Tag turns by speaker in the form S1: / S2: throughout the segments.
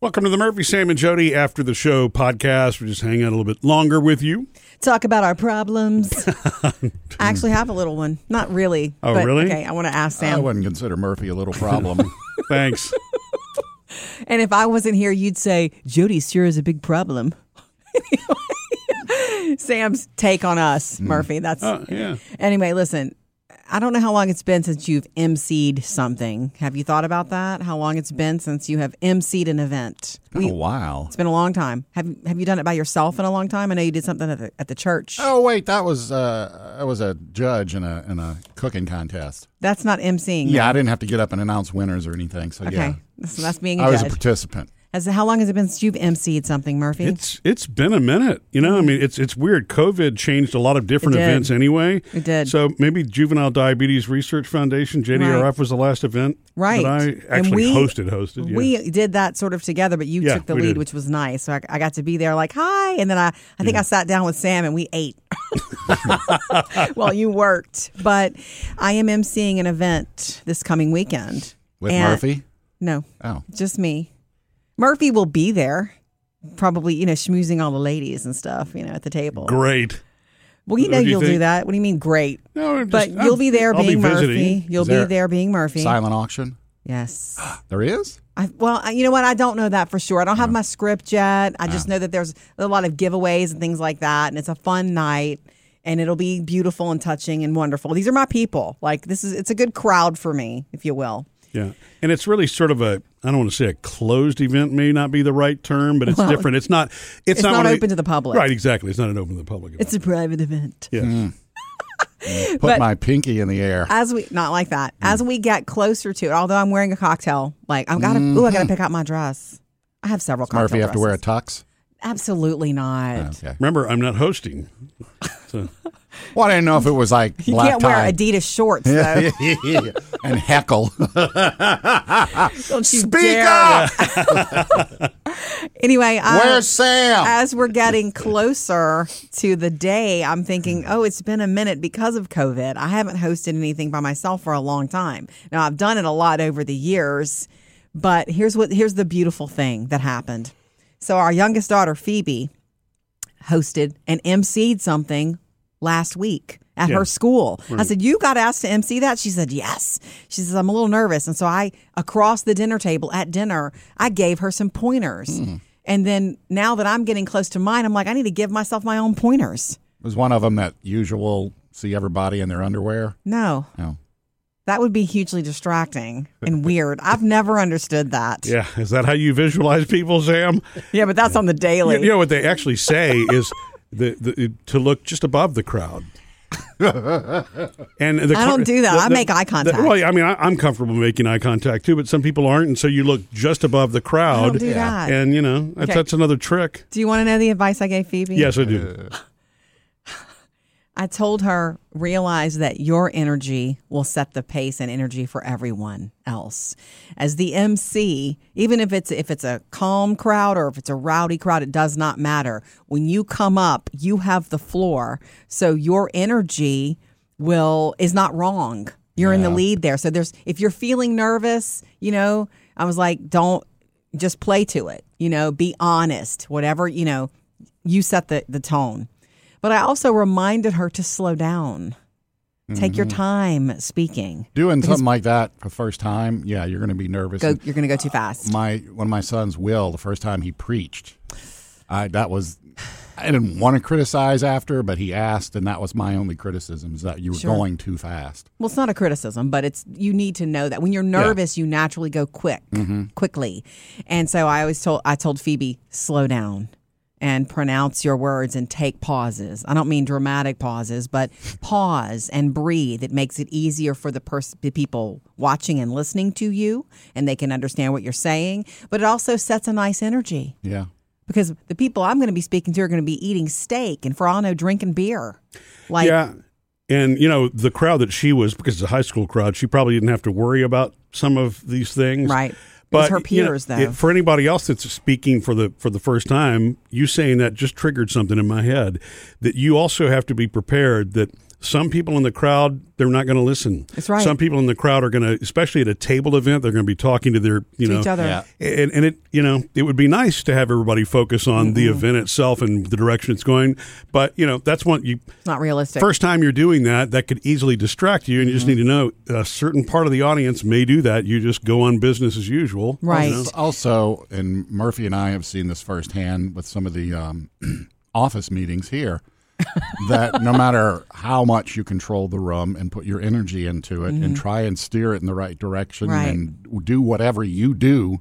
S1: Welcome to the Murphy, Sam, and Jody After the Show podcast. We're just hanging out a little bit longer with you.
S2: Talk about our problems. I actually have a little one. Not really.
S1: Oh,
S2: but,
S1: really?
S2: Okay, I want to ask
S3: I
S2: Sam.
S3: wouldn't consider Murphy a little problem.
S1: Thanks.
S3: Oh.
S2: and if I wasn't here, you'd say, Jody sure is a big problem. Sam's take on us,
S3: Hmm.
S2: Murphy. That's
S1: Uh, yeah.
S2: anyway. Listen, I don't know how long it's been since you've emceed something. Have you thought about that? How long it's been since you have emceed an event?
S3: Been a while.
S2: It's been a long time. Have you Have you done it by yourself in a long time? I know you did something at the, at the church.
S3: Oh wait, that was uh, I was a judge in a in a cooking contest.
S2: That's not emceeing.
S3: Yeah, I didn't have to get up and announce winners or anything. So
S2: Okay.
S3: yeah,
S2: So that's being a
S3: I was a
S2: judge.
S3: participant.
S2: As how long has it been since you've emceed something, Murphy?
S1: It's it's been a minute. You know, I mean, it's it's weird. COVID changed a lot of different
S2: It did.
S1: events anyway.
S2: It did.
S1: So maybe Juvenile Diabetes Research Foundation (JDRF)
S2: Right.
S1: was the last event
S2: right.
S1: that I
S2: And
S1: actually
S2: we-
S1: hosted. Hosted. Yeah.
S2: We did that sort of together, but you
S1: Yeah,
S2: took the
S1: we
S2: lead,
S1: did.
S2: which was nice. So I, I got to be there, like hi, and then I I think I sat down with Sam and we ate. well, you worked, but I am emceeing an event this coming weekend
S3: With
S2: And-
S3: Murphy?
S2: No,
S3: Oh.
S2: just me. Murphy will be there, probably you know schmoozing all the ladies and stuff, you know, at the table.
S1: Great.
S2: well, you know
S1: What do you
S2: you will do
S1: think?
S2: that. What do you mean great?
S1: No, I'm
S2: But
S1: just-
S2: you'll
S1: I'm-
S2: be there
S1: I'll
S2: being
S1: be visiting.
S2: Murphy. You'll
S3: Is there-
S2: be there being Murphy.
S3: Silent auction.
S2: Yes.
S3: There he is?
S2: I, well, I, you know what? I don't know that for sure. I don't have my script yet. I just know that there's a lot of giveaways and things like that, and it's a fun night, and it'll be beautiful and touching and wonderful. These are my people. Like this is, it's a good crowd for me, if you will.
S1: Yeah. And it's really sort of a I don't want to say a closed event may not be the right term, but it's different. It's not it's,
S2: it's
S1: not,
S2: not
S1: one of
S2: open to the public.
S1: Right, exactly. It's not an open to the public. Event.
S2: It's a private event.
S1: yes.
S3: Put
S2: But-
S3: my pinky in the air.
S2: As we not like that.
S3: Mm.
S2: As we get closer to it, although I'm wearing a cocktail, like I'm gotta. Ooh, I gotta
S3: Mm-hmm.
S2: pick out my dress. I have several cocktail
S3: Murphy have to wear a
S2: dresses.
S3: tux?
S2: Absolutely not.
S3: Okay.
S1: Remember, I'm not hosting. So
S3: Well, I didn't know if it was like
S2: You
S3: black
S2: can't
S3: tie
S2: wear Adidas shorts though.
S3: and heckle.
S2: Don't you
S3: Speak
S2: dare.
S3: up!
S2: Anyway, I,
S3: Where's Sam?
S2: as we're getting closer to the day, I'm thinking, oh, it's been a minute because of COVID. I haven't hosted anything by myself for a long time. Now, I've done it a lot over the years, but here's what here's the beautiful thing that happened. So, our youngest daughter, Phoebe, hosted and emceed something last week at her school. I said, "You got asked to MC that?" She said, "Yes." She says, "I'm a little nervous," and so I, across the dinner table at dinner, I gave her some pointers. And then now that I'm getting close to mine, I'm like, I need to give myself my own pointers.
S3: was one of them that usual see everybody in their underwear?
S2: No,
S3: No.
S2: that would be hugely distracting and weird. I've never understood that.
S1: yeah, is that how you visualize people, Sam?
S2: Yeah, but that's on the
S1: You,
S2: daily.
S1: you know what they actually say is the, the to look just above the crowd. and the,
S2: I don't do that. I make eye contact.
S1: well, yeah, I mean, I, I'm comfortable making eye contact too, but some people aren't, and so you look just above the crowd.
S2: I don't do that.
S1: And you know, that's,
S2: Okay.
S1: that's another trick.
S2: do you want to know the advice I gave Phoebe?
S1: Yes, I do.
S2: I told her, realize that your energy will set the pace and energy for everyone else. As the MC, even if it's if it's a calm crowd or if it's a rowdy crowd, it does not matter. When you come up, you have the floor. So your energy will is not wrong. You're in the lead there. So there's if you're feeling nervous, you know, I was like, don't just play to it. You know, be honest. Whatever, you know, you set the, the tone. But I also reminded her to slow down. Take your time speaking.
S3: Doing something like that for the first time, yeah, you're going to be nervous.
S2: Go,
S3: and
S2: you're going to go too fast.
S3: my one of my sons will the first time he preached i that was i didn't want to criticize after but he asked and that was my only criticism is that you were
S2: Sure.
S3: going too fast
S2: Well, it's not a criticism, but it's you need to know that when you're nervous, you naturally go quick, quickly. And so I always told I told Phoebe, slow down and pronounce your words and take pauses. I don't mean dramatic pauses, but pause and breathe. It makes it easier for the person the people watching and listening to you and they can understand what you're saying, but it also sets a nice energy.
S3: yeah
S2: because the people I'm going to be speaking to are going to be eating steak and for all I know drinking beer. Like
S1: yeah. And you know the crowd that she was because it's a high school crowd. She probably didn't have to worry about some of these things,
S2: Right. It
S1: But
S2: was her
S1: you know,
S2: peers, though.
S1: it- for anybody else that's speaking for the for the first time, you saying that just triggered something in my head. That you also have to be prepared that Some people in the crowd, they're not going to listen.
S2: That's right.
S1: Some people in the crowd are going to, especially at a table event, they're going to be talking to their, you
S2: To
S1: know,
S2: each other.
S3: yeah.
S1: and, and it you know it would be nice to have everybody focus on the
S2: Mm-hmm.
S1: event itself and the direction it's going but you know that's what you
S2: It's not realistic.
S1: first time you're doing that that could easily distract you and you just
S2: Mm-hmm.
S1: need to know a certain part of the audience may do that you just go on business as usual you
S2: Right.
S1: know?
S3: Also, and Murphy and I have seen this firsthand with some of the um, office meetings here. that no matter how much you control the room and put your energy into it and try and steer it in the right direction
S2: Mm-hmm. Right.
S3: and do whatever you do,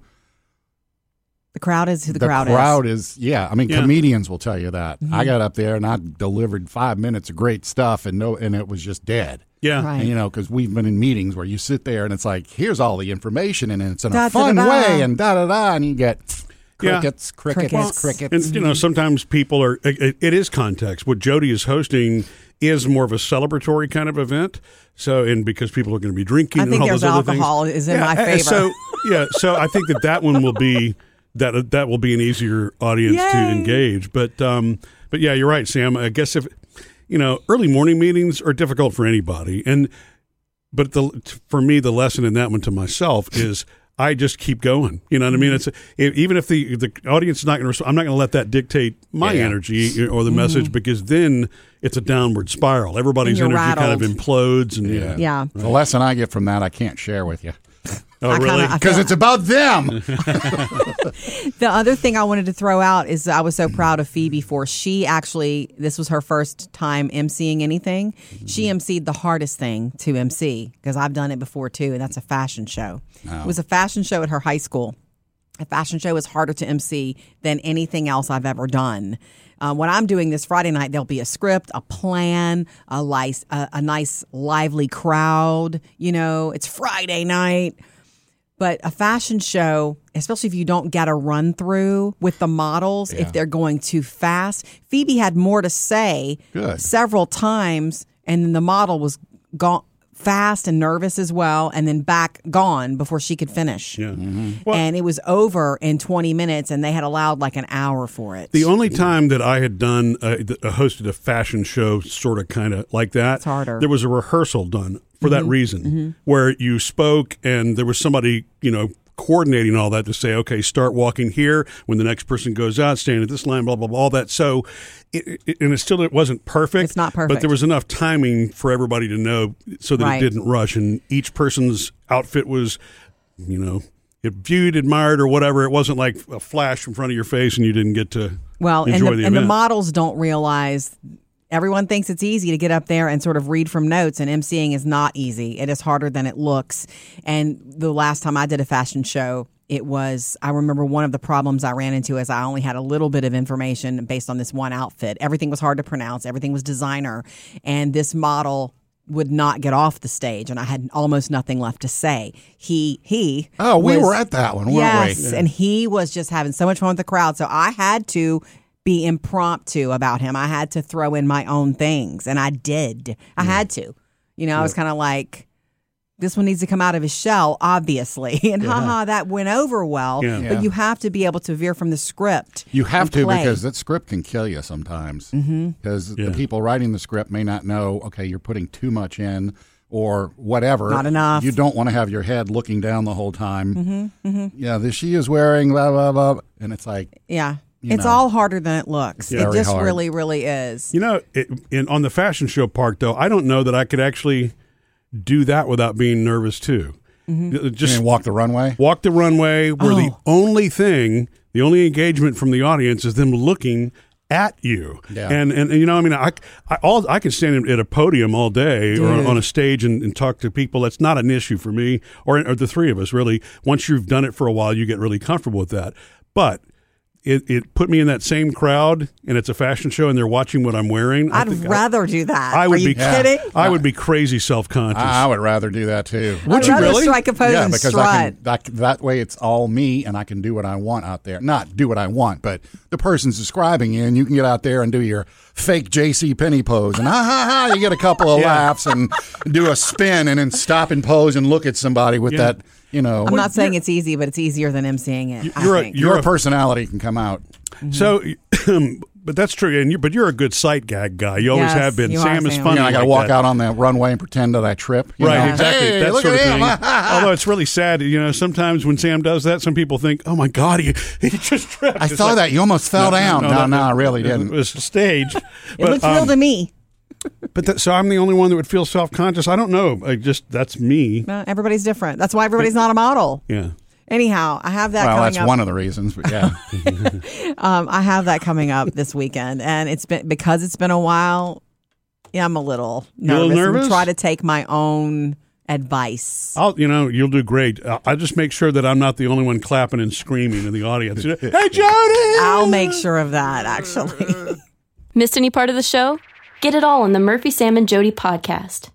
S2: the crowd is Mm-hmm. who the, crowd,
S3: is. yeah. I mean,
S1: Yeah.
S3: comedians will tell you that. I got up there and I delivered five minutes of great stuff, and no, and it was just dead.
S1: yeah
S2: is. Right.
S3: And, you know, because we've been in meetings where you sit there and it's like, here's all the information, and it's in a fun
S2: Da-da-da-da.
S3: way, and da da da, and you get
S1: Yeah.
S3: crickets, crickets,
S2: Crickets.
S3: crickets.
S1: and you know sometimes people are it, it- it is context what jody is hosting is more of a celebratory kind of event so and because people are going to be drinking
S2: I
S1: and
S2: think
S1: all
S2: there's
S1: those other
S2: alcohol
S1: things
S2: is in my
S1: a- a-
S2: favor.
S1: so yeah so i think that that one will be that that will be an easier audience to
S2: Yay.
S1: engage but um but yeah you're right sam i guess if you know early morning meetings are difficult for anybody and but the for me the lesson in that one to myself is I just keep going. You know what I mean? It's if, even if the the audience is not going to respond, I'm not going to let that dictate my
S3: Yeah.
S1: energy or
S2: Mm-hmm.
S1: the message because then it's a downward spiral. Everybody's
S2: And
S1: energy
S2: you're
S1: kind of
S2: rattled.
S1: implodes and yeah.
S2: Yeah.
S3: The lesson I get from that, I can't share with you
S1: Oh,
S2: I kinda-
S1: really?
S2: I
S3: because
S2: feel-
S3: it's about them.
S2: The other thing I wanted to throw out is I was so proud of Phoebe for she actually this was her first time emceeing anything. She
S1: Mm-hmm.
S2: emceed the hardest thing to MC because I've done it before too, and that's a fashion show.
S1: Oh.
S2: It was a fashion show at her high school. A fashion show is harder to MC than anything else I've ever done. Uh, when I'm doing this Friday night, there'll be a script, a plan, a, lice, a, a nice lively crowd. You know, it's Friday night. But a fashion show, especially if you don't get a run through with the models, if they're going too fast. Phoebe had more to say
S3: Good.
S2: several times, and then the model was gone fast and nervous as well, and then back gone before she could finish.
S1: yeah.
S2: and it was over in 20 minutes, and they had allowed like an hour for it.
S1: The only time that I had done uh, th- uh, hosted a fashion show, sort of, kind of like that, it's
S2: harder. Mm-hmm.
S1: There was a rehearsal done for that reason, where you spoke and there was somebody, you know, coordinating all that to say, okay, start walking here when the next person goes out, stand at this line, blah blah blah, all that. So, it, it, and it still it wasn't perfect.
S2: It's not
S1: but
S2: perfect.
S1: there was enough timing for everybody to know so that
S2: Right.
S1: it didn't rush, and each person's outfit was, you know. It viewed, admired, or whatever. It wasn't like a flash in front of your face, and you didn't get to
S2: Well, and
S1: Enjoy
S2: the,
S1: the
S2: and the
S1: event.
S2: models don't realize. Everyone thinks it's easy to get up there and sort of read from notes, and emceeing is not easy. It is harder than it looks. And the last time I did a fashion show, it was, I remember one of the problems I ran into is I only had a little bit of information based on this one outfit. Everything was hard to pronounce, everything was designer. And this model would not get off the stage, and I had almost nothing left to say. He, he.
S3: Oh, we
S2: was-
S3: were at that one, weren't
S2: yes,
S3: we?
S2: and he was just having so much fun with the crowd. So I had to be impromptu about him. I had to throw in my own things, and I did. I had to. You know, I was kind of like, this one needs to come out of his shell, obviously. And haha, that went over well.
S1: Yeah.
S2: But you have to be able to veer from the script.
S3: You have
S2: and
S3: to
S2: play. Mm-hmm.
S3: because that script can kill you sometimes. Because
S1: Yeah.
S3: the people writing the script may not know. Okay, you're putting too much in, or whatever.
S2: Not enough. Mm-hmm,
S3: You don't want to have your head looking down the whole time. Yeah, this she is wearing blah blah blah, and it's like
S2: yeah.
S3: you
S2: It's
S3: know.
S2: all harder than it looks.
S3: Very
S2: it just
S3: hard.
S2: really, really is.
S1: You know, it, in, on the fashion show part, though, I don't know that I could actually do that without being nervous too.
S2: Mm-hmm.
S1: Th-
S3: you
S1: Just
S3: didn't walk the runway.
S1: walk the runway, where the
S2: Oh.
S1: only thing, the only engagement from the audience is them looking at you.
S3: Yeah.
S1: And, and and, you know, I mean, I I, all, I can stand at a podium all day or on a stage and, and talk to people. That's not an issue for me or, or the three of us really. Once you've done it for a while, you get really comfortable with that. But it, it put me in that same crowd, and it's a fashion show, and they're watching what I'm wearing. I
S2: I'd
S1: think I-
S2: rather do that.
S1: I would
S2: Are you
S1: be
S2: kidding?
S1: I would be crazy self conscious.
S3: I, I would rather do that too.
S2: Would I'd
S1: you
S2: rather
S1: really?
S2: strike a pose
S3: yeah,
S2: and
S3: because
S2: strut.
S3: I can, that, that way it's all me and I can do what I want out there. Not do what I want, but the person's describing you and you can get out there and do your fake JC Penny pose and ha ha ha you get a couple of laughs and do a spin and then stop and pose and look at somebody with that, you know,
S2: I'm not saying it's easy, but it's easier than emceeing it. I
S1: you're a-
S2: think.
S1: you're
S2: Mm-hmm.
S3: your personality can come out.
S1: So, But that's true, and you but you're a good sight gag guy. You always
S2: Yes,
S1: have been.
S2: you are,
S1: Sam is
S2: Sam.
S1: funny.
S3: You know, I got to
S1: like
S3: walk
S1: that.
S3: out on the runway and pretend that I trip. you
S1: Right,
S3: know?
S1: exactly.
S3: Hey,
S1: that
S3: look
S1: sort of
S3: at
S1: thing.
S3: him.
S1: Although it's really sad, you know. Sometimes when Sam does that, some people think, "Oh my God, he, he just tripped."
S3: I
S1: It's
S3: saw
S1: like,
S3: that. You almost fell down. No, no, I really
S1: It
S3: didn't.
S1: was staged. um,
S2: It looks real to me.
S1: But that, so I'm the only one that would feel self conscious. I don't know. I just that's me.
S2: No, Uh, everybody's different. That's why everybody's not a model.
S1: Yeah.
S2: Anyhow, I have that
S3: Well,
S2: coming
S3: that's
S2: up.
S3: one of the reasons. But yeah,
S2: Um, I have that coming up this weekend, and it's been because it's been a while. Yeah, I'm a little
S1: a
S2: nervous.
S1: little
S2: I'm
S1: nervous?
S2: Try to take my own advice.
S1: I'll, you know, you'll do great. I I just make sure that I'm not the only one clapping and screaming in the audience. hey, Jody!
S2: I'll make sure of that. Actually,
S4: Missed any part of the show? Get it all on the Murphy, Sam, and Jody podcast.